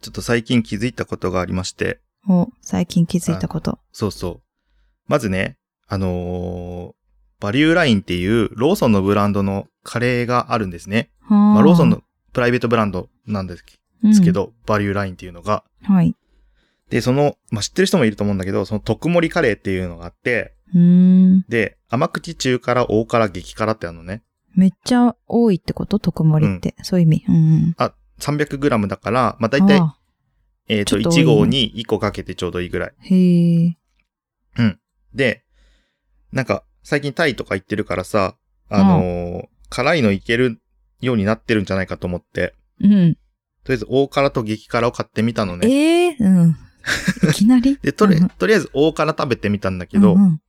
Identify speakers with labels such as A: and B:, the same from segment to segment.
A: ちょっと最近気づいたことがありまして、
B: お、最近気づいたこと。
A: そうそう。まずね、あのーバリューラインっていうローソンのブランドのカレーがあるんですね。ま
B: ま
A: あ、ローソンのプライベートブランドなんですけ、ど、バリューラインっていうのが。
B: うんはい。
A: で、その、まあ、知ってる人もいると思うんだけど、その特盛りカレーっていうのがあって、
B: うーん。
A: で、甘口中辛、大辛、激辛ってあるのね。
B: めっちゃ多いってこと特盛りって。そういう意味。うんうん。
A: あ、300g だから、まあ、大体、
B: ああ
A: えっ、と、
B: ちょっと多い
A: 1
B: ね
A: 合に1個かけてちょうどいいぐらい。
B: へえ。
A: で、なんか、最近タイとか行ってるからさ、あのー辛いのいけるようになってるんじゃないかと思って、
B: うん。
A: とりあえず大辛と激辛を買ってみたのね。
B: ええうん。いきなり
A: で、とり
B: うん、
A: とりあえず大辛食べてみたんだけど、
B: うんうん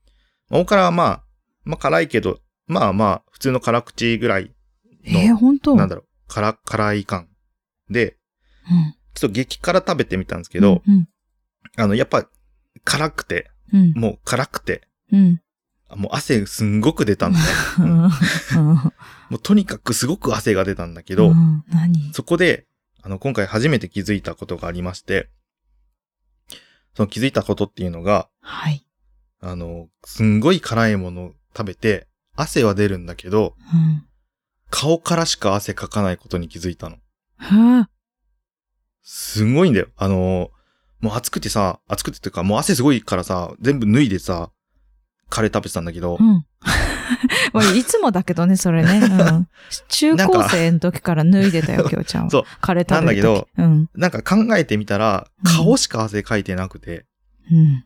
A: 大辛はまあ、まあ辛いけど、まあまあ、普通の辛口ぐらい
B: ええ
A: の、
B: 本当
A: なんだろう、辛、辛い感。で、
B: うん。
A: ちょっと激辛食べてみたんですけど、
B: うん。
A: あの、やっぱ、辛くて、
B: うん。
A: もう辛くて、
B: うん。
A: もう汗すんごく出た んだね。
B: う
A: うん
B: んうん
A: もうとにかくすごく汗が出たんだけど、
B: うん何
A: そこで、あの、今回初めて気づいたことがありまして、その気づいたことっていうのが、
B: はい。
A: あの、すんごい辛いものを食べて、汗は出るんだけど、
B: うん。
A: 顔からしか汗かかないことに気づいたの。
B: はあ。
A: すごいんだよ。あの、もう暑くてさ、暑くてっていうか、もう汗すごいからさ、全部脱いでさ、カレー食べてたんだけど
B: う、ん。 まあいつもだけどね、それね。うん中
A: なんか
B: 高生の時から脱いでたよ、きょうちゃん は。
A: そう。
B: カレー食べる時
A: なんだ
B: うん。
A: なんか考えてみたら、
B: うん
A: 顔しか汗かいてなくて、
B: うん。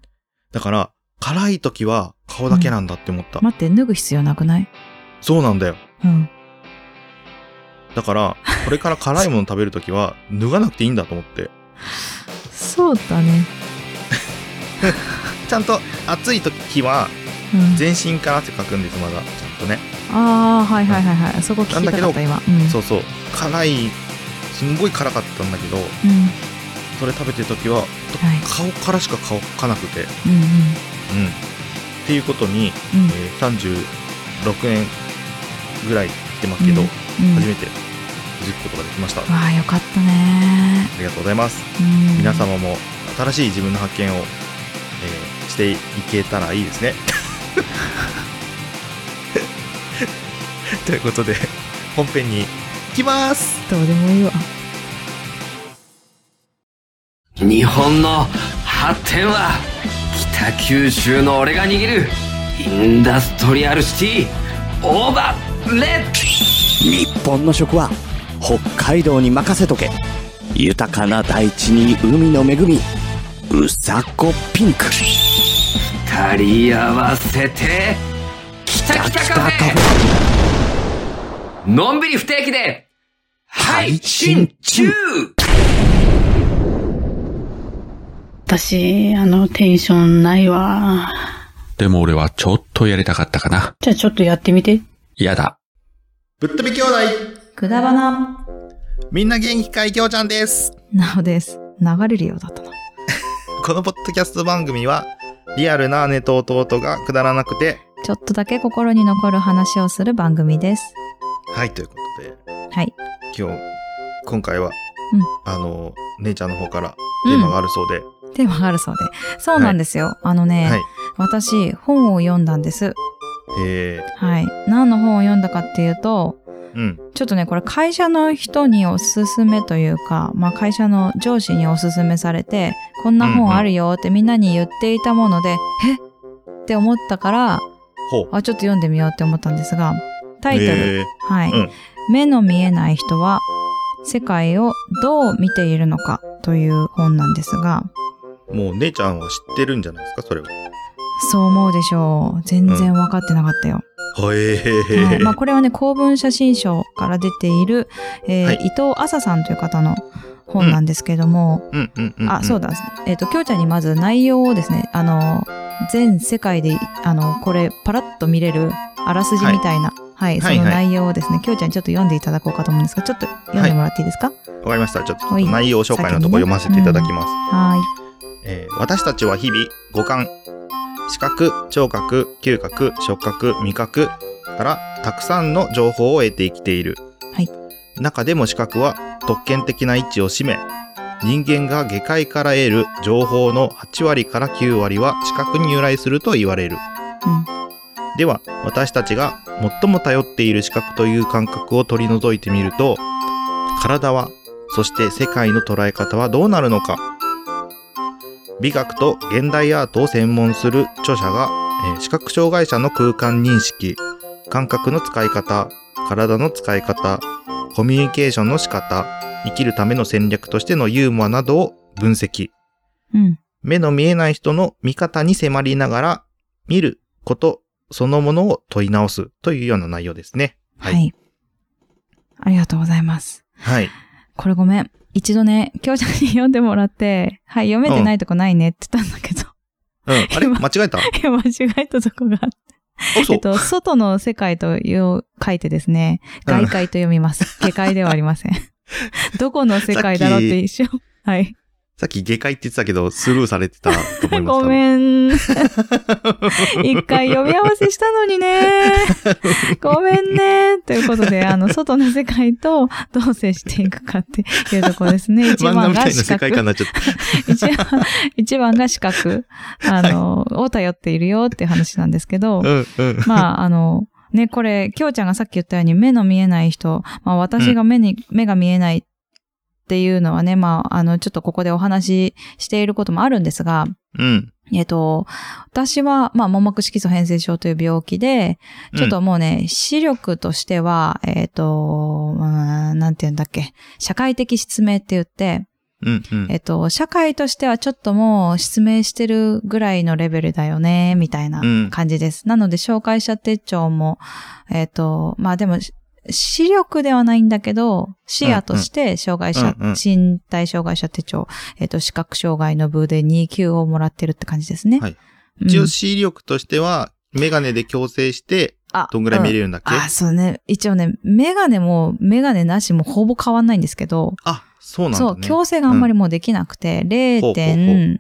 A: だから、辛い時は顔だけなんだって思った。
B: 待って、脱ぐ必要なくない
A: そうなんだよ。
B: うん。
A: だから、これから辛いもの食べるとき は、脱がなくていいんだと思って。
B: そうだね。
A: ちゃんと暑いときは、
B: うん。
A: 全身から汗かくんです、まだ。ちゃんとね。
B: ああ、はいはいはいはい。そこ聞きたかった、今。うん。
A: そうそう。辛い、すんごい辛かったんだけど、
B: うん。
A: それ食べてるときは、
B: はい。
A: 顔からしか顔かなくて、うん。っ
B: うんうん。
A: ていうことに、
B: うん
A: えー36年ぐらいしてますけど、
B: うんうん。
A: 初めて気づくことができました。あ
B: わあ、よかったね。
A: りがとうございます。
B: うん。
A: 皆。様も新しい自分の発見を、えーしていけたらいいですね。 ということで本編に行きます
B: どうでもいいわ。
C: 日本の発展は北九州の俺が握るインダストリアルシティオーバーレッド
D: 日本の食は北海道に任せとけ豊かな大地に海の恵みうさこピンク
C: 二人合わせて北北カフェのんびり不定期で配信中
E: 私、あの、テンションないわ。
F: でも俺はちょっとやりたかったかな。
E: じゃあちょっとやってみて。
F: 嫌だ。
A: ぶっ飛び兄弟
B: くだばな。
A: みんな元気かいきょうちゃんです
B: なおです。流れるようだったな。
A: このポッドキャスト番組はリアルな姉と弟がくだらなくて
B: ちょっとだけ心に残る話をする番組です。
A: はいということで
B: はい。
A: 今日今回は、
B: うん
A: あの姉ちゃんの方からテーマがあるそうで、
B: テーマがあるそうで。そうなんですよ。あのね、
A: はい
B: 私、本を読んだんです。
A: え
B: はい。何の本を読んだかっていうと、
A: ー、うん
B: ちょっとね、これ会社の人におすすめというか、まあ会社の上司におすすめされて、こんな
A: うんうん
B: 本あるよってみんなに言っていたもので、えって思ったから、
A: ほう
B: あ、ちょっと読んでみようって思ったんですが、タイトル、
A: えー
B: はい、
A: うん
B: 目の見えない人は世界をどう見ているのかという本なんですが、
A: もう姉ちゃんは知ってるんじゃないですかそれは。
B: そう思うでしょう。全然わかってなかったよ。
A: はえ
B: は
A: へ
B: いまあ、これはね公文写真賞から出ている、えー
A: はい
B: 伊藤麻さんという方の本なんですけども、
A: うんうんうん。
B: あそうだ、えっときょうちゃんにまず内容をですねあの全世界であのこれパラッと見れるあらすじみたいな、はい
A: はい
B: その
A: は
B: 内容をですねきょうちゃんにちょっと読んでいただこうかと思うんですがちょっと読んでもらっていいですか
A: わかりました。ちょっと
B: はい
A: 内容紹介のとこ
B: 先にね
A: 読ませていただきます。
B: は
A: えー私たちは日々、五感、視覚、聴覚、嗅覚、触覚、味覚からたくさんの情報を得て生きている。
B: はい
A: 中でも視覚は特権的な位置を占め、人間が下界から得る情報の8割から9割は知覚に由来すると言われる。
B: うん
A: では、私たちが最も頼っている視覚という感覚を取り除いてみると、体は、そして世界の捉え方はどうなるのか。美学と現代アートを専門する著者が、えー視覚障害者の空間認識、感覚の使い方、体の使い方、コミュニケーションの仕方、生きるための戦略としてのユーモアなどを分析。
B: うん。
A: 目の見えない人の見方に迫りながら、見ることそのものを問い直すというような内容ですね。は
B: はいい。ありがとうございます。
A: はい。
B: これごめん。一度ね、京ちゃんに読んでもらって、はい、読めてないとこないねって言ったんだけど、
A: うん。あれ間違えたあ、
B: いや間違えたとこがあって
A: そ
B: え
A: う
B: っ。と、外の世界という書いてですね、
A: うん
B: 外界と読 みます。下界ではありません。どこの世界だろうって一緒。はい。
A: さっき下界って言ってたけど、スルーされてたと思います。
B: ご
A: ん。
B: め ん。一回読み合わせしたのにね。ごめんね。ということで、あの、外の世界とどう接していくかっていうところで すね。一
A: 漫画
B: 番
A: みた
B: が
A: いな
B: 視
A: 世界観
B: 覚
A: に。なっちゃった。
B: 一番、一番が視覚。あの、を頼っているよっていう話なんですけ
A: う
B: ど。
A: んうん。
B: まあ、あの、ね、これ、きょうちゃんがさっき言ったように目の見えない人、まあ私が目に、目が見えないっていうのはね、まあ、あの、ちょっとここでお話ししていることもあるんですが、
A: うん。
B: えっと、私は、まあ、網膜色素変性症という病気で、ちょっともうね、視力としては、えっ、と、うーんなんて言うんだっけ、社会的失明って言って、
A: うんうん。
B: えっと、社会としてはちょっともう失明してるぐらいのレベルだよね、みたいな
A: うん
B: 感じです。なので、障害者手帳も、えっと、まあでも、し視力ではないんだけど、視野として障害者、
A: うんうん
B: 身体障害者手帳、えっと、視覚障害の部で2級をもらってるって感じですね。
A: はい
B: うん。
A: 一応視力としては、メガネで矯正して、
B: あ
A: どんぐらい見れ
B: る
A: るんだっけ、
B: あ、そうね。一応ね、メガネも、メガネなしもほぼ変わんないんですけど、
A: あ、そうなん
B: そ
A: だ
B: う、
A: ね。
B: 矯正があんまりもうできなくて、
A: ほうほう
B: 0.1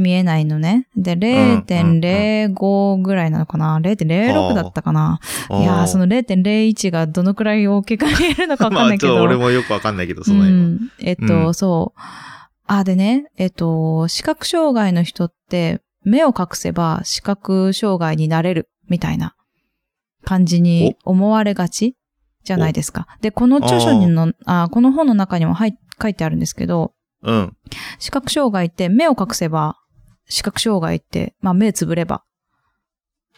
B: 見えないのね。で、0.05ぐらいなのかな ?0.06 だったかな、
A: あー
B: いやー、その0.01がどのくらい大きく見えるのかわかんないけ
A: まあ、ちょっと
B: ど。
A: 俺もよくわかんないけど、そうの辺は。
B: ん。えっと、
A: うん
B: そう。あ、でね、えっと、視覚障害の人って、目を隠せば視覚障害になれる、みたいな感じに思われがちじゃないですか。で、この著書にの、あこの本の中にもはい書いてあるんですけど、
A: うん。
B: 視覚障害って目を隠せば、視覚障害って、まあ目つぶれば、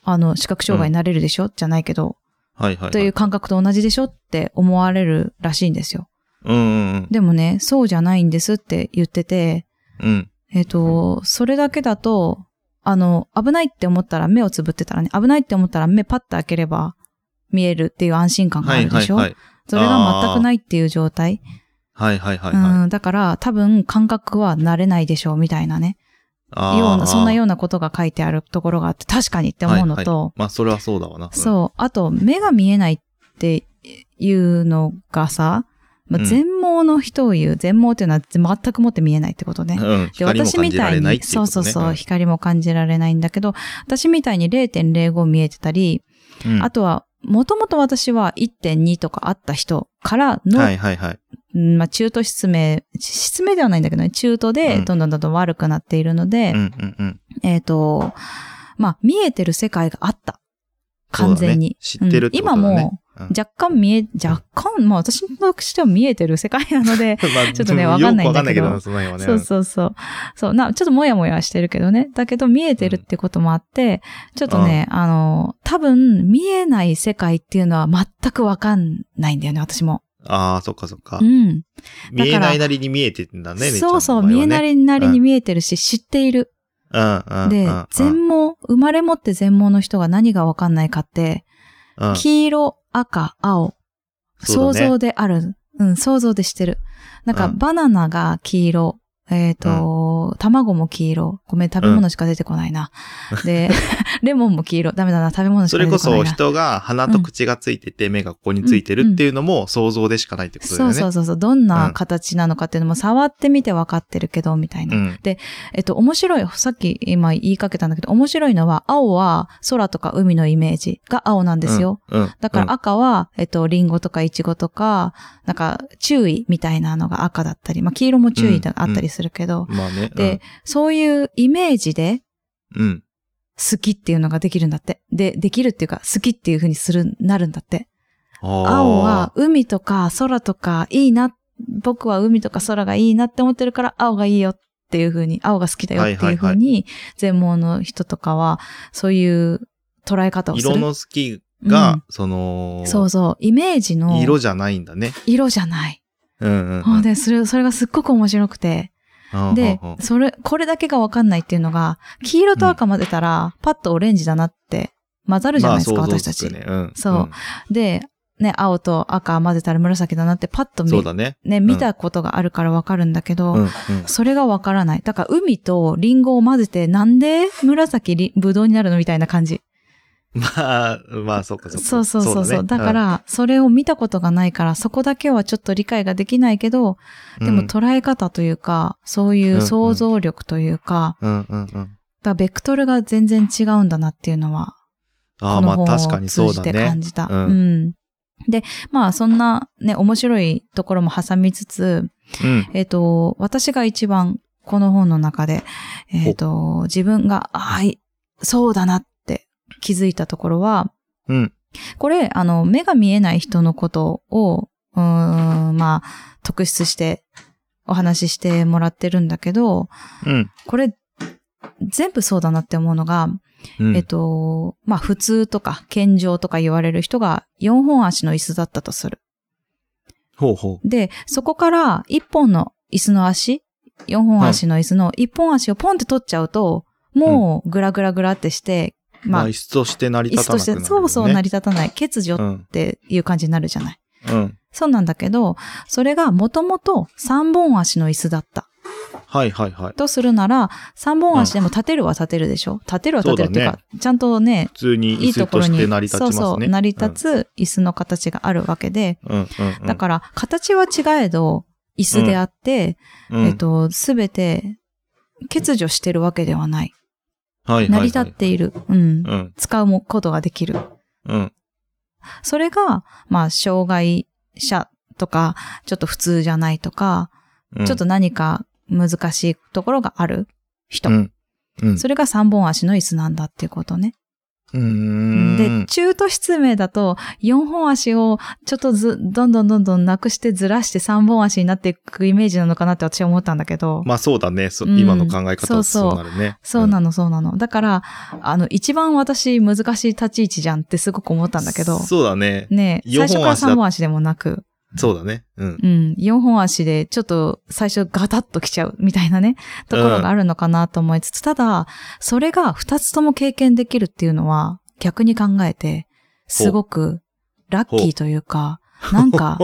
B: あの、視覚障害になれるでしょ、じゃないけど、
A: はいはい、はい。
B: という感覚と同じでしょって思われるらしいんですよ。
A: うんうん
B: でもね、そうじゃないんですって言ってて、
A: うん。うん。
B: えっ、と、それだけだと、あの、危ないって思ったら目をつぶってたらね、危ないって思ったら目パッと開ければ見えるっていう安心感が
A: は
B: あ
A: い
B: るで
A: はい
B: しょ、
A: はい。
B: それが全くないっていう状態。
A: はいはいはいはい。
B: うん、だから多分感覚は慣れないでしょうみたいなね。
A: あー
B: ような、そんなようなことが書いてあるところがあって、確かにって思うのと、
A: はいはいまあ、それはそうだわな。うん。
B: そう。あと、目が見えないっていうのがさ、まあ、
A: うん
B: 全盲の人を言う。全盲っていうのは全くもって見えないってことね。
A: うん。
B: で、
A: 光も
B: 私
A: 感
B: み
A: じら
B: たい
A: れ
B: に、
A: ないっていう
B: そ
A: こ
B: う
A: と
B: そう
A: ね。
B: そう、光も感じられないんだけど、私みたいに0.05見えてたり、
A: うん。うん
B: あとは、もともと私は1.2とかあった人からの、
A: はいはいはい。
B: うんまあ、中途失明、失明ではないんだけどね、中途
A: う
B: で
A: ん
B: どんどんどんどん悪くなっているので、
A: うんうんうん。
B: えっ、と、まあ、見えてる世界があった。完全に。
A: そうだね知ってるってことだ
B: うん
A: ね
B: 今も
A: うん
B: 若干見え、若干、まあ私としては見えてる世界なので、
A: まあ、
B: ちょっとねわかんないんだけど
A: よくわかんないけどな、その辺はね。
B: そうそうそう。そう、な、ちょっともやもやしてるけどね。だけど見えてるってこともあって、ちょっとね、あの、多分見えない世界っていうのは全くわかんないんだよね、私も。
A: うんああ、そっかそっか
B: う。ん。
A: 見えないなりに見えてんだね、ね
B: そうそう、見えな。
A: ね
B: りなり
A: う
B: に
A: ん
B: 見えてるし、知っている。
A: うんうんうん。
B: で
A: う、ん、
B: 全盲、生まれ持って全盲の人が何がわかんないかって、
A: うん
B: 黄色、赤、青。
A: そ
B: 想
A: うだね
B: 像である。うん、想像でしてる。なんか、
A: うん
B: バナナが黄色。えっ、と、卵も黄色。ごめん、食べ物しか出てこな いな。で、 レモンも黄色。ダメだな、食べ物し
A: そ
B: か出
A: れ
B: て
A: こ
B: こな
A: そ
B: いな。
A: 人が鼻と口がついてて目がここについてるっていうのも想像でしかないってことだよね。
B: そうそううそうそう。どんな形なのかっていうのも触ってみて分かってるけど、みたいな。
A: ん。
B: えっと、面白い、さっき今言いかけたんだけど、面白いのは、青は空とか海のイメージが青なんですよ。
A: うん。うん。
B: だから赤は、えっと、リンゴとかイチゴとか、なんか、注意みたいなのが赤だったり、まあ、黄色も注意があったりするけど、
A: うん、まあね。
B: で、そういうイメージで
A: うん、
B: 好きっていうのができるんだって。で、できるっていうか、好きっていう風にする、なるんだって。
A: うん。
B: 青
A: あ
B: は海とか空とかいいな、僕は海とか空がいいなって思ってるから、青がいいよっていう風に、青が好きだよっていう風
A: はいはい
B: に、全盲の人とかは、そういう捉え方
A: ー
B: をする。
A: 色の好きが、
B: うん
A: その、
B: そうそう、イメージの
A: 色じゃないんだね。
B: 色じゃない。
A: うんうん、
B: あ
A: うん。
B: で、それ、それがすっごく面白くて。
A: うんうんうん
B: で、それ、これだけがわかんないっていうのが、黄色と赤混ぜたら、パッとオレンジだなって混ざるじゃないですか、
A: まあ
B: 私た
A: 想像
B: ち
A: つく。ねうん、
B: そうで、ね、青と赤混ぜたら紫だなってパッと
A: うん
B: 見
A: そうだね。
B: ね、見たことがあるからわかるんだけど、
A: うん、うん。
B: それがわからない。だから、海とリンゴを混ぜて、なんで紫り、ぶどうになるのみたいな感じ。
A: まあ、まあ、そうか、そうか。
B: そうそうそうそう。だ
A: ね
B: か、ら、それを見たことがないから、そこだけはちょっと理解ができないけど、
A: うん
B: でも、捉え方というか、そういう想像力というか、
A: うんうんうん。
B: だからベクトルが全然違うんだなっていうのは、
A: あ
B: こ
A: あ、
B: の
A: まあ
B: 本
A: 確か
B: を
A: にそ
B: 通
A: う
B: じ
A: だ
B: て感
A: ね。
B: じた。
A: う
B: うんん。で、まあそんなね、面白いところも挟みつつ、
A: うん。
B: えっ、と、私が一番この本の中で、えっ、と、自分が、ああい、そうだなって気づいたところは、
A: うん。
B: これ、あの、目が見えない人のことを、うーん、まあ、特筆してお話ししてもらってるんだけど、
A: うん。
B: これ、全部そうだなって思うのが、
A: うん
B: えっと、まあ、普通とか、健常とか言われる人が4本足の椅子だったとする。
A: ほうほ
B: で、そこから1本の椅子の足、4本足の椅子の1本足をポンって取っちゃうと、もううグラグラグラってして、
A: う。ま
B: まあ
A: あ、、椅子として成り
B: 椅
A: 立
B: 子
A: たな
B: と
A: く
B: し
A: なるよ
B: て
A: ね。
B: そうそう成り立たない、欠如
A: う
B: っ
A: ん。
B: ていう感じになるじゃない。
A: うん。
B: そうなんだけど、それがもともと3本足の椅子だった。
A: はいはいはい。
B: とするなら、3本足でも立てるは立てるでしょ立てるは立てるっていう
A: そ
B: か、ちゃんとね
A: 普、通に
B: い
A: 椅
B: いと
A: 子
B: ことろ
A: し
B: に、
A: て成り立ち
B: そ
A: ま
B: う
A: すね。
B: そう、成り立つ椅子の形があるわけで、
A: うん。うんうんうん。
B: だから、形は違えど、椅子であって、
A: ら
B: えっ、と、すべて、欠如してるわけではない。
A: はいはい
B: 成
A: は
B: り
A: い
B: 立っている。うん。
A: うん。
B: 使うことができる。
A: うん。
B: それが、まあ、障害者とか、ちょっと普通じゃないとか、
A: うん
B: ちょっと、何か難しいところがある人。
A: うん。うん。
B: それが三本足の椅子なんだっていうことね。
A: うーん。
B: で、中途失明だと、4本足をちょっとず、どんどんどんどんなくしてずらして3本足になっていくイメージなのかなって私は思ったんだけど、
A: まあそうだね。そ
B: うん
A: 今の考え方
B: そう
A: は
B: そ
A: そ
B: う
A: うなるね。
B: そうな
A: の
B: の、そうなの。だから、あの、一番私難しい立ち位置じゃんってすごく思ったんだけど、
A: そうだね。
B: ねえ
A: 四
B: 最
A: 本足だ
B: 初から3本足でもなく、
A: そうだね。 うん。
B: うん、4本足でちょっと最初ガタッと来ちゃうみたいなね、ところがあるのかなと思いつつ、ただ、それが2つとも経験できるっていうのは逆に考えて、すごくラッキーというか、なんか、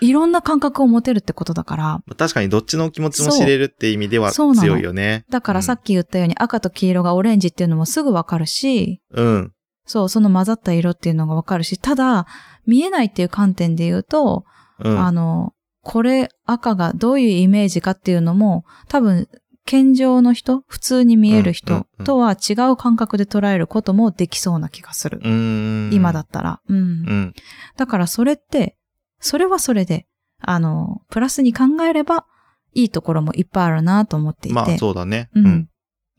B: いろんな感覚を持てるってことだから、
A: 確かにどっちの気持ちも知れるって意味では
B: そうそうなの
A: 強いよね。
B: だからさっき言ったように赤と黄色がオレンジっていうのもすぐわかるし、
A: うん。
B: そう、その混ざった色っていうのがわかるし、ただ、見えないっていう観点で言うと、
A: うん。
B: あの、これ赤がどういうイメージかっていうのも、多分、健常の人、普通に見える
A: うんうん
B: 人
A: うん
B: とは違う感覚で捉えることもできそうな気がする。
A: うーん。
B: 今だったら。うん
A: うん。
B: だからそれって、それはそれで、あの、プラスに考えれば、いいところもいっぱいあるなと思っていて。
A: まあそうだね。
B: うん。。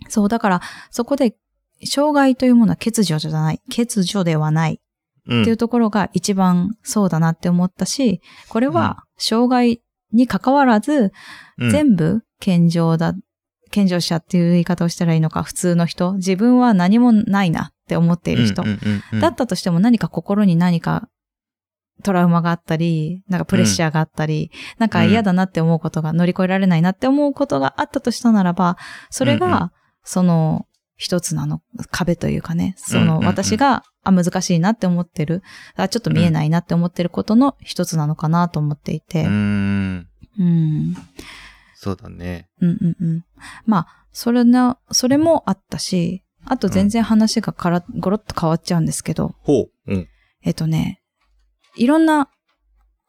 B: そう、だから、そこで、障害というものは欠如じゃない、欠如ではない
A: うん
B: っていうところが一番そうだなって思ったし、これは、障害に関わらず、
A: うん
B: 全部健常だ、健常者っていう言い方をしたらいいのか、普通の人、自分は何もないなって思っている人。
A: うんうんうんうん
B: だったとしても何か心に何かトラウマがあったり、なんかプレッシャーがあったり、なんか嫌だなって思うことが、乗り越えられないなって思うことがあったとしたならば、それ
A: うんう
B: が、その、一つなの壁というかね、そ
A: うんうん
B: の
A: うん
B: 私が、あ、難しいなって思ってる、あ、ちょっと見えないなって思ってることの一つなのかなと思っていうて
A: ー、ん。
B: うん。
A: そうだね。
B: うんうんうん。まあ、それな、それもあったし、あと全然話がから、ごろっと変わっちゃうんですけど、
A: ほう。うん。
B: えっとね、いろんな、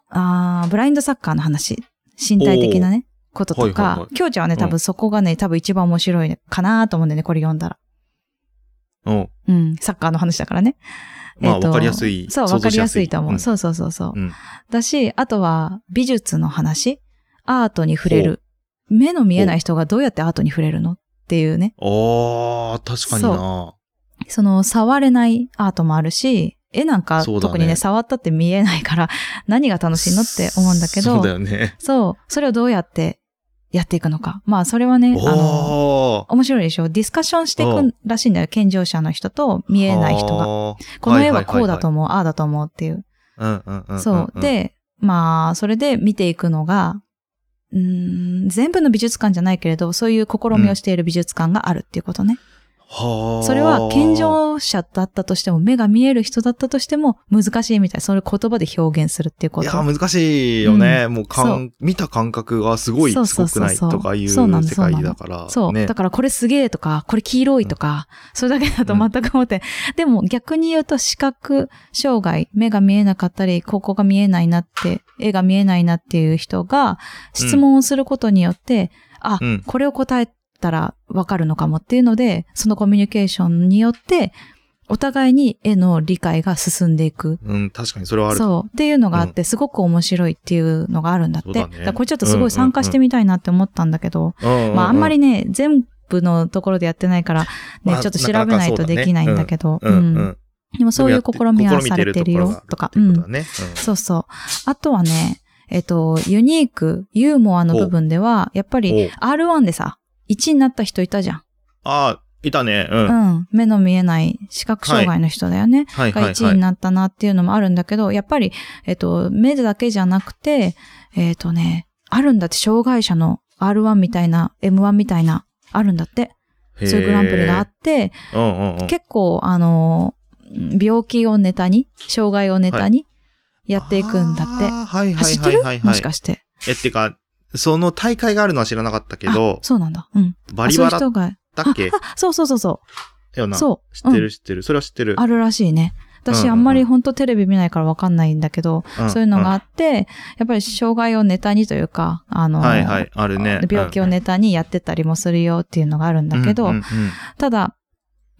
B: あーブラインドサッカーの話、身体的なね、ことと
A: はいはいは
B: か
A: い、
B: きょうちゃんはね、多分そこがね、多分一番面白いかなと思うんだよね、これ読んだら。
A: うん。
B: うん、サッカーの話だからね。
A: まあ
B: えっと
A: わかりやすい
B: そう、
A: 想
B: わ
A: 像
B: か
A: し
B: り
A: や
B: や
A: す
B: す
A: い
B: いと思う。
A: うん
B: そうそうそうそ
A: う
B: う。
A: ん
B: だし、あとは美術の話、アートに触れる。目の見えない人がどうやってアートに触れるのっていうね。
A: ああ、確かにな。
B: その、触れないアートもあるし、絵なんか、
A: そうだね
B: 特にね、触ったって見えないから、何が楽しいのって思うんだけど、
A: そうだよね。
B: そう、それをどうやってやっていくのか。まあ、それはね、あの、
A: おー
B: 面白いでしょディスカッションしていくらしいんだよ。健常者の人と見えない人が。
A: はー
B: この絵はこうだと思う、ああだと思うっていう。
A: うんうんうん。
B: そう。、で、まあ、それで見ていくのが、うーん、全部の美術館じゃないけれど、そういう試みをしている美術館があるっていうことね。
A: はあ。
B: それは健常者だったとしても、目が見える人だったとしても、難しいみたい。それを言葉で表現するっていうこ
A: い
B: と。
A: や、難しいよね。もう感、見た感覚がすごい、
B: そう
A: す
B: そ
A: ご
B: う
A: く
B: そう
A: ない
B: そう
A: とかいう
B: そうなの
A: 世界だから。
B: そう。
A: ね
B: だからこれすげえとか、これ黄色いとか、それだけだと全く思って。でも逆に言うと視覚障害、目が見えなかったり、ここが見えないなって、絵が見えないなっていう人が質問をすることによって、あ、
A: うん
B: これを答えたらわかるのかもっていうので、そのコミュニケーションによって、お互いに絵の理解が進んでいく。
A: うん、確かにそれはある。
B: そう。っていうのがあって、すごく面白いっていうのがあるんだって。
A: そうだ
B: だ
A: ね
B: からこれちょっとすごい参加してみたいなって思ったんだけど、
A: うんうん
B: まああんまりね、全部のところでやってな いから、
A: ま
B: ね
A: あ、
B: ちょっと調べないとできないんだけど、
A: うん、うん、うん。
B: うんでもそういう試みはされてる
A: でもや
B: よ
A: っ、
B: とか、
A: て
B: う
A: るところ
B: ん。
A: があるってことだね。うん
B: そうそう。あとはね、えっと、ユニーク、ユーモアの部分では、やっぱり
A: お
B: R1 でさ、1位になった人いたじゃん。
A: ああ、いたね。うん。
B: う
A: はい
B: ん。目の見えない視覚障害の人だよね。
A: はい
B: が
A: はい。
B: 1位になったなっていうのもあるんだけど、やっぱり、えっと、目だけじゃなくて、えっとね、あるんだって、障害者の R1 みたいな、M1 みたいな、あるんだって。
A: へー
B: そういうグランプリがあって、
A: うんうんうん。
B: 結構、あの、病気をネタに、障害をネタに、やっていくんだって。
A: あーはい
B: あ
A: は
B: 知
A: い
B: って
A: はい
B: る
A: はい。
B: もしかして。
A: え、ってか、その大会があるのは知らなかったけど
B: あ、そうなんだ。うん。
A: バリバ
B: あ
A: ラ
B: そういう人が
A: だっけ
B: あそうそうそうそ
A: よ
B: う。
A: な。
B: そ
A: 知
B: う。
A: って
B: う
A: る
B: ん
A: 知ってる。それは知ってる。
B: あるらしいね。
A: うんうん
B: 私、
A: うん
B: あんまり本当テレビ見ないからわかんないんだけど、
A: ん
B: そういうのがあって、やっぱり障害をネタにというか、あ
A: う
B: の、
A: んはいはい、あるね。
B: 病気をネタにやってたりもするよっていうのがあるん
A: うん
B: だけど、
A: うんうんうん
B: ただ、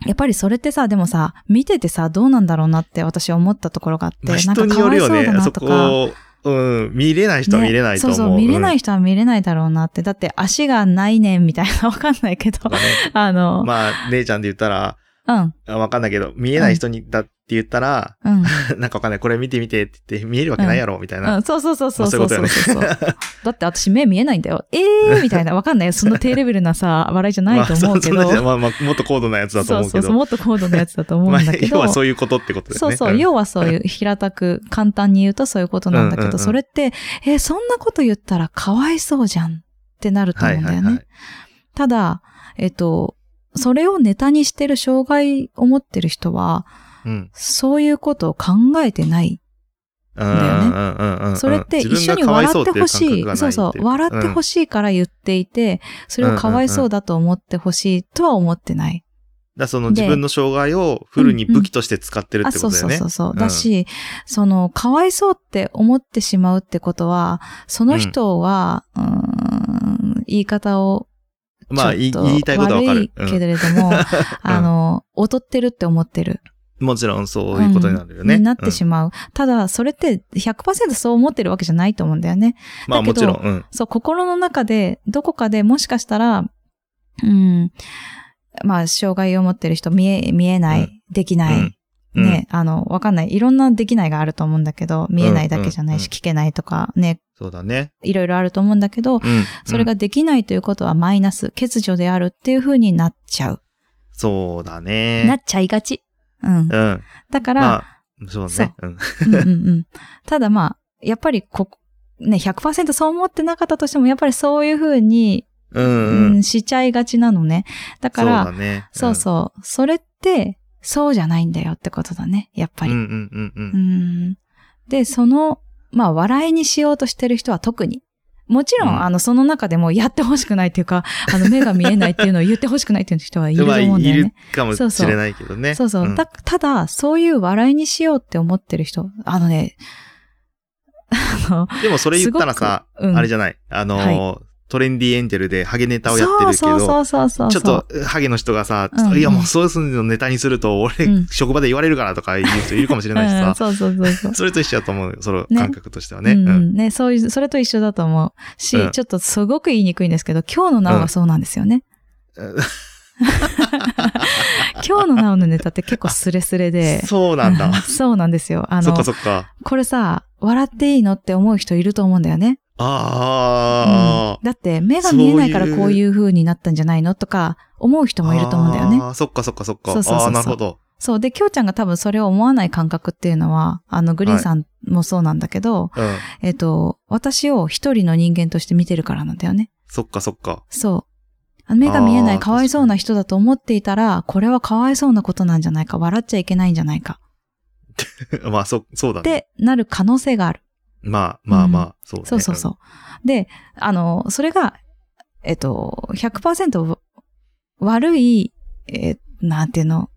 B: やっぱりそれってさ、でもさ、見ててさ、どうなんだろうなって私思ったところがあって、
A: まあ
B: な
A: 人
B: んか
A: に
B: か
A: よ
B: わ
A: る
B: いそ
A: よ
B: うだ
A: ね。
B: な
A: そ
B: とか。
A: こ、うん、見れない人は見れないと思う。
B: ねそうそう、見れない
A: 人
B: 人は見れないだろうなって。だって足がないねんみたいな、わかんないけど。あの、
A: まあ、姉ちゃんで言ったら、
B: うん、
A: あわかんないけど、見えない人にだって言ったら、
B: うん、
A: なんかわかんない、これ見て見てって言って、見えるわけないやろ、みたいな。
B: うん。そうそうそうそうそうそう
A: まあそういうことよね
B: だって私目見えないんだよ。えーみたいな、わかんないよ。その低レベルなさ、笑いじゃないと思うけ ど。
A: まあ、そそんなじゃまあまあ、もっと高度なやつだと
B: そう
A: 思う
B: そ
A: け
B: うそう、
A: ど。
B: もっと高度なやつだと思う
A: まあ
B: んだけ、ど。
A: 要はそういうことってことです
B: そう
A: ね。
B: そう、
A: ん
B: 要はそう いう平たく簡単に言うとそういうことなんだけ
A: うんうんう
B: ど、
A: ん
B: それって、えー、そんなこと言ったらかわいそうじゃんってなると
A: は
B: 思う
A: い
B: んだ
A: はい
B: よ
A: はい
B: ね。。ただ、えっと、それをネタにしてる障害を持ってる人は、
A: うん。
B: そういうことを考えてない。
A: うん
B: だよ
A: う
B: ね
A: んうんうんうん
B: それって一緒に笑ってほしい。そうそう。笑ってほ
A: しい
B: しいから言っていて、それをかわいそうだと思ってほしいとは思ってない。
A: う感覚がないっていうか。だからその自分の障害をフルに武器として使ってる
B: あ、
A: ってこ
B: そう
A: とだ
B: そ
A: よ
B: う
A: ね。
B: そうそう。
A: ん
B: だし、その、かわいそうって思ってしまうってことは、その人は、うーん、言い方を、
A: まあ、
B: ちょ
A: い
B: っと
A: 言いたいことはわか
B: 悪
A: る
B: い。けれど も、あの、劣ってるって思ってる。
A: うんもちろんそういうことになるよね。
B: になってしまう。ただ、それって100%そう思ってるわけじゃないと思うんだよね。
A: うんまあ
B: だけ
A: もち
B: ど
A: ろん。うん
B: そう、心の中で、どこかでもしかしたら、うん、まあ、障害を持ってる人、見え、見えな
A: う
B: い、
A: ん
B: できない、
A: うん
B: ね、あの、わかんない。いろんなできないがあると思うんだけど、見えないだけじゃない
A: うんうん
B: し、聞けないとかね、
A: そうだね。
B: いろいろあると思うんだけど、
A: うん。
B: それ
A: うん、
B: ができないということはマイナス、欠如であるっていう風になっちゃう。
A: そうだ
B: な
A: ね
B: っ。ちゃいがち。うん。
A: うん。
B: だから、
A: まあ、そう
B: そう
A: ね。うん
B: うんうんうん。ただまあ、やっぱりこ、ね、100%そう思ってなかったとしても、やっぱりそういう風に、
A: うんう。
B: うんん、しちゃいがちなのね。だ
A: そ
B: か
A: う
B: ら、
A: だね。
B: そう
A: うん。
B: そう。それって、そうじゃないんだよってことだね。やっぱり
A: うん。うんうんう。
B: うんんで、その、まあ、笑いにしようとしてる人は特に、もちろん、
A: うん
B: あの、その中でもやってほしくないってい うか、あの、目が見えないっていうのを言ってほしくないっていう人はいると
A: まあ、
B: 思うんだ
A: い
B: よ
A: る
B: ね。
A: かもしれないけどね。
B: そうそう。
A: ん
B: た、ただ、そういう笑いにしようって思ってる人、あのね、あの、
A: でもそれ言ったらさ、
B: すごくうん
A: あれじゃない。あのー、トレンディエンジェルでハゲネタをやってるけど、
B: そうそうそうそうそう。
A: ちょっと、ハゲの人がさ、
B: うん
A: いやもうそういうのネタにすると、俺、
B: うん
A: 職場で言われるからとか言う人いるかもしれないし
B: う
A: さ、
B: ん、そうそうそうそう。
A: それと一緒だと思うよ、その
B: ね
A: 感覚としてはね。
B: うん
A: う
B: うんん、ね、そういう、それと一緒だと思うし、
A: うん。
B: ちょっとすごく言いにくいんですけど、今日のなおがそうなんですよね。今日のなおのネタって結構スレスレで
A: そうなんだ。
B: そうなんですよ。あ
A: そ
B: の
A: っか、そっか。
B: これさ、笑っていいのって思う人いると思うんだよね。
A: あ
B: うんだって、目が見えないからこういう風になったんじゃないのとか、思う人
A: あ。
B: もいると思うんだよね。
A: あーそっかそっかそっか。
B: そうそ
A: あ
B: うそうそう
A: あー、なるほど。
B: そう。で、きょうちゃんが多分それを思わない感覚っていうのは、あの、グリーンさんもそうなんだけど、
A: うん。
B: えっと、私を一人の人間として見てるからなんだよね。
A: そっかそっか。
B: そう。あ目が見えな
A: あ
B: い
A: ー
B: かわいそうな人だと思っていたら、これはかわいそうなことなんじゃないか、笑っちゃいけないんじゃないか、
A: まあ、そ、そうだ
B: っ
A: ね。
B: てなる可能性がある。
A: まあ、まあまあ、そうね。
B: そうそうそう。で、あの、それが、えっと、100%悪い、えーなんていうの、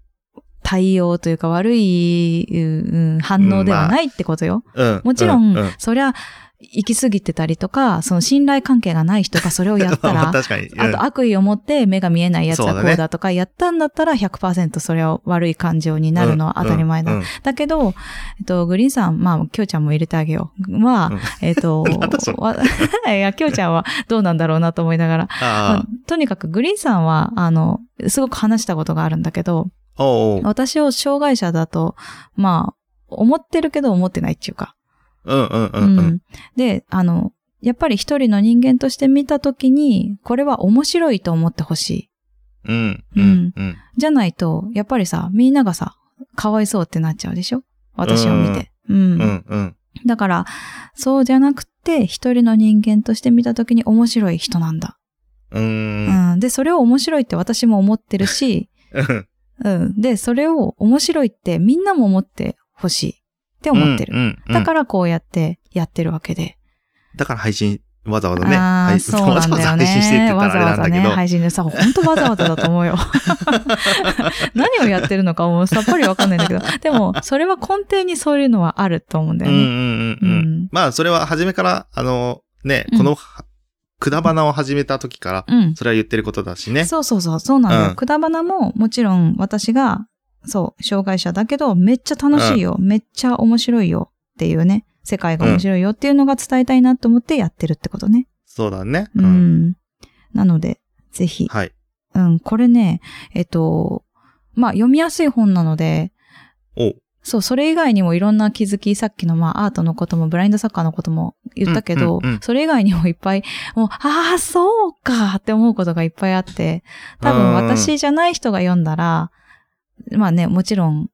B: 対応というか悪い、うん、反応ではないってことよ。
A: うん。うん。
B: もちろん、
A: うう
B: そりゃ、行き過ぎてたりとか、その信頼関係がない人がそれをやった
A: まあ まあ
B: ら、
A: 確かに。
B: あ
A: うん
B: と悪意を持って目が見えないやつ
A: そ
B: は
A: うだ
B: こ
A: ね
B: うだとかやったんだったら100%それは悪い感情になるのは当たり前だ。
A: うんうん
B: だけど、えっと、グリーンさん、まあ、きょうちゃんも入れてあげよう。まあ、
A: うん
B: え っと
A: なんだそれ、
B: わ いや、きょうちゃんはどうなんだろうなと思いながら。ま
A: あ
B: あとにかくグリーンさんは、あの、すごく話したことがあるんだけど、
A: あ。おうおう。
B: 私を障害者だと、まあ、思ってるけど思ってないっていうか。
A: うんうんう
B: うん
A: んうん。
B: で、あの、やっぱり一人の人間として見たときに、これは面白いと思ってほしい。
A: うん。うん。うん。
B: じゃないと、やっぱりさ、みんながさ、かわいそうってなっちゃうでしょ私を見て。うん。
A: うん。うん。
B: だから、そうじゃなくて、一人の人間として見たときに面白い人なんだ、
A: うー。
B: うんん。で、それを面白いって私も思ってるし、
A: うん。
B: うん。で、それを面白いってみんなも思ってほしいって思ってる。
A: うん。うん
B: だからこうやってやってるわけで。
A: だから配信、わざわざね。
B: あ
A: 配
B: あ、
A: 信
B: そうなんだよね。
A: わざわざ配信してって言った
B: わ
A: ら
B: ざ
A: あれ
B: わ
A: な
B: ざ
A: んだ
B: ね、
A: けど。
B: 配信 でさ、ほんとわざわざだと思うよ。 何をやってるのかもうさっぱりわかんないんだけど。でも、それは根底にそういうのはあると思うんだ
A: う
B: よ
A: んう
B: ね。
A: んうんうん。まあ、それは初めから、あの、ね、この、くだばなを始めた時から、
B: うん。
A: それは言ってることだしね。
B: そうそうそう、そうなんだ
A: うん
B: よ。くだばなも、もちろん私が、そう、障害者だけど、めっちゃ楽しいよ。めっちゃ面白いよ。っていうね。世界が面白いよっていうのが伝えたいなと思ってやってるってことね。
A: そうだね。
B: う。ん。なので、ぜひ、
A: はい。
B: うん、これね、えっと、まあ、読みやすい本なので、
A: お
B: そう、それ以外にもいろんな気づき、さっきのまあ、アートのことも、ブラインドサッカーのことも言ったけど、
A: うんうんうん
B: それ以外にもいっぱい、もう、ああ、そうかって思うことがいっぱいあって、多
A: うんうん
B: 分私じゃない人が読んだら、まあね、もちろん、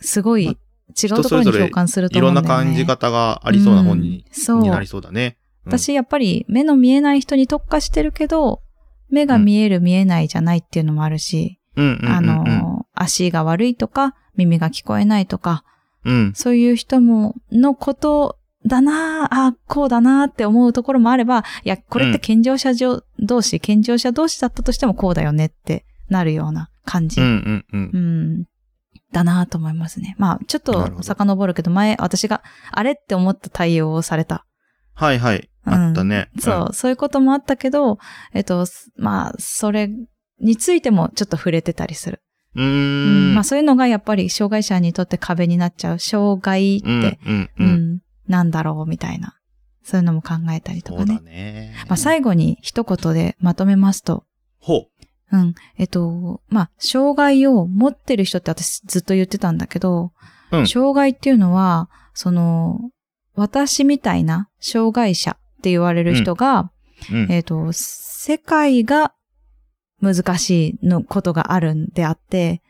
B: すごい、違うところに共感すると
A: い
B: 思
A: ろ
B: うんんだ
A: な
B: よ
A: 感
B: ね。
A: じ方がありそうな本に
B: うん、そう
A: になりそうだね。うん
B: 私、やっぱり目の見えない人に特化してるけど、目が見える、見えないじゃないっていうのもあるし、
A: うんうんうんうん。
B: あの、足が悪いとか、耳が聞こえないとか、
A: うん。
B: そういう人も、のことだなあ、あこうだなあって思うところもあれば、いや、これって健常者上同士、健常者同士だったとしてもこうだよねってなるような感じ。
A: うんうんうん
B: う。んだなあと思いますね。まあ、ちょっ
A: なるほど
B: と遡るけど、前、私が、あれって思った対応をされた。
A: はいはい。
B: うん
A: あったね。
B: そう、そういうこともあったけど、えっと、すまあ、それについてもちょっと触れてたりする。
A: うん。う
B: う
A: ーん。
B: んまあそういうのがやっぱり障害者にとって壁になっちゃう。障害って、
A: うんうん
B: う
A: うんん。
B: なんだろうみたいな。そういうのも考えたりと
A: そ
B: か
A: うだ
B: ね。
A: ね。
B: まあ最後に一言でまとめますと、
A: ほ
B: うん、えっと、まあ、障害を持ってる人って私ずっと言ってたんだけど、
A: うん
B: 障害っていうのは、その、私みたいな障害者って言われる人が、
A: う。うん。
B: えっ、と、世界が難しいのことがあるんであって、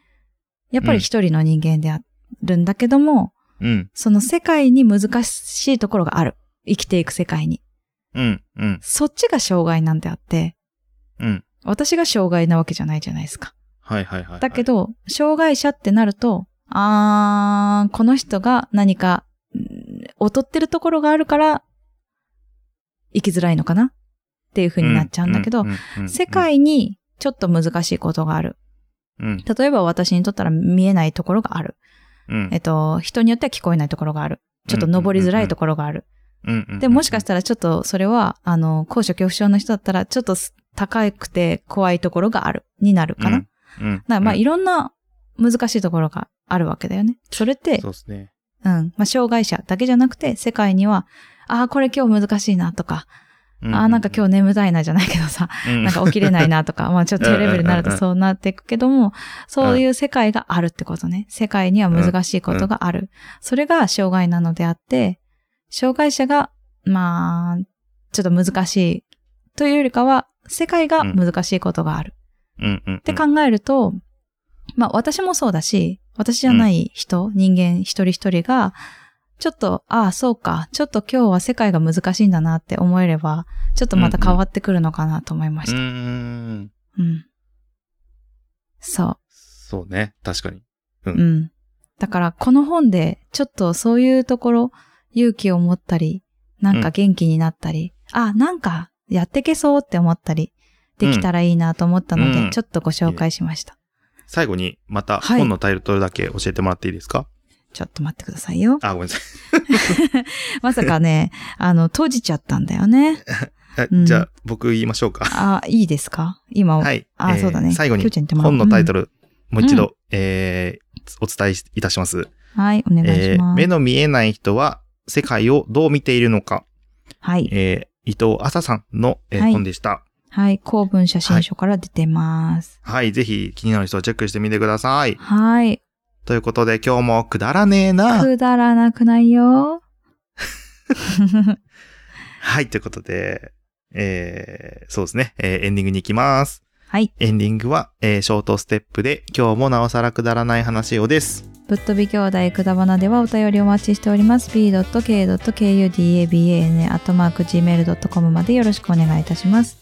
B: やっぱり一人の人間であるんだけども、
A: うん。
B: その世界に難しいところがある。生きていく世界に。
A: うん。うん。
B: そっちが障害なんであって、
A: うん。
B: 私が障害なわけじゃないじゃないですか。
A: はいはいはいはい。
B: だけど、障害者ってなると、あー、この人が何か、うん劣ってるところがあるから、生きづらいのかなっていう風になっちゃうんだけど、世、界にちょっと難しいことがある。
A: うん
B: 例えば私にとったら見えないところがある。
A: うん
B: えっと、人によっては聞こえないところがある。ちょっと登りづらいところがある。
A: うんうん
B: で、もしかしたらちょっとそれは、あの、高所恐怖症の人だったら、ちょっとす高くて怖いところがある、になるかな。だか
A: うんうん
B: らまあ、いろんな難しいところがあるわけだよね。それって、
A: そうですね。
B: うん。まあ、障害者だけじゃなくて、世界には、ああ、これ今日難しいなとか、ああ、なんか今日眠たいなじゃないけどさ、
A: 日
B: なんか起きれないなと か、まあちょっと低レベルになるとそうなっていくけども、そういう世界があるってことね。世界には難しいことがある。それが障害なのであって、障害者が、まあ、ちょっと難しいというよりかは、世界が難しいことがある。
A: っ
B: って考えると、まあ私もそうだし、私じゃない人、人間一人一人が、ちょっと、ああ、そうか、ちょっと今日は世界が難しいんだなって思えれば、ちょっとまた変わってくるのかなと思いまし
A: う
B: た。
A: ーん。
B: うん。そ
A: そうね。確かに。
B: う。うん。だから、この本で、ちょっとそういうところ、勇気を持ったり、なんか元気になったり、あ、なんかやってけそうって思ったり、できたらいいなと思ったので、
A: うん
B: ちょっとご紹介しました。
A: 最後に、また
B: はい
A: 本のタイトルだけ教えてもらっていいですか、
B: ちょっと待ってくださいよ。
A: あ、ごめんなさ
B: まさかね、あの、閉じちゃったんだよ
A: い。
B: ね。うん
A: あじゃあ、僕言いましょうか。
B: あ、いいですか今、
A: はい。
B: あ
A: えー
B: そうだね
A: 最後に
B: きょうちゃん言ってもらおう
A: 本のタイトル、もう一度、えーお伝えいたします。
B: はい、お願い
A: え
B: し
A: ー
B: ます。
A: 目の見えない人は世界をどう見ているのか、
B: はい、
A: えー伊藤麻さんの、えー
B: はい
A: 本でした。
B: はい、公文写真書から出てます。
A: はい。ぜひ気になる人はチェックしてみてください。
B: はい、
A: ということで、今日もくだらねえな。
B: くだらなくないよ。
A: はい。ということで、えーそうですね、えーエンディングに行きます。
B: はい、
A: エンディングは、えーショートステップで、今日もなおさらくだらない話をです。
B: ぶっ飛び兄弟くだばなではお便りお待ちしております。b.k.kudabana.gmail.com までよろしくお願いいたします。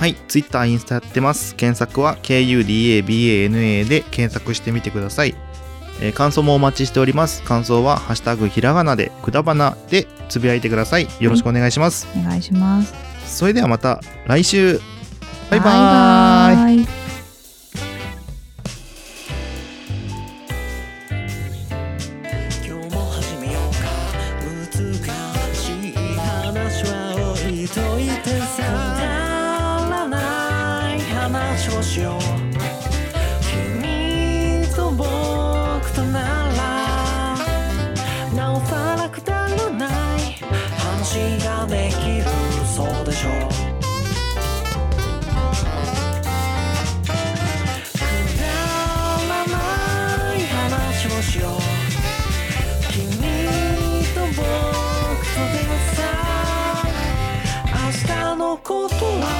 A: はい、ツイッター、インスタやってます。検索は KUDABANA で検索してみてください。えー感想もお待ちしております。感想は、ハッシュタグひらがなで、くだばなでつぶやいてください。よろしくお願いします。
B: お願いします。
A: それではまた来週。バイバーイ。
B: バイバイ
G: 今日も始めようか難しい話は置いといてさくだらない話をしよう君と僕とならなおさらくだらない話ができるそうでしょうくだらない話をしよう「君と僕とでさ明日のことは」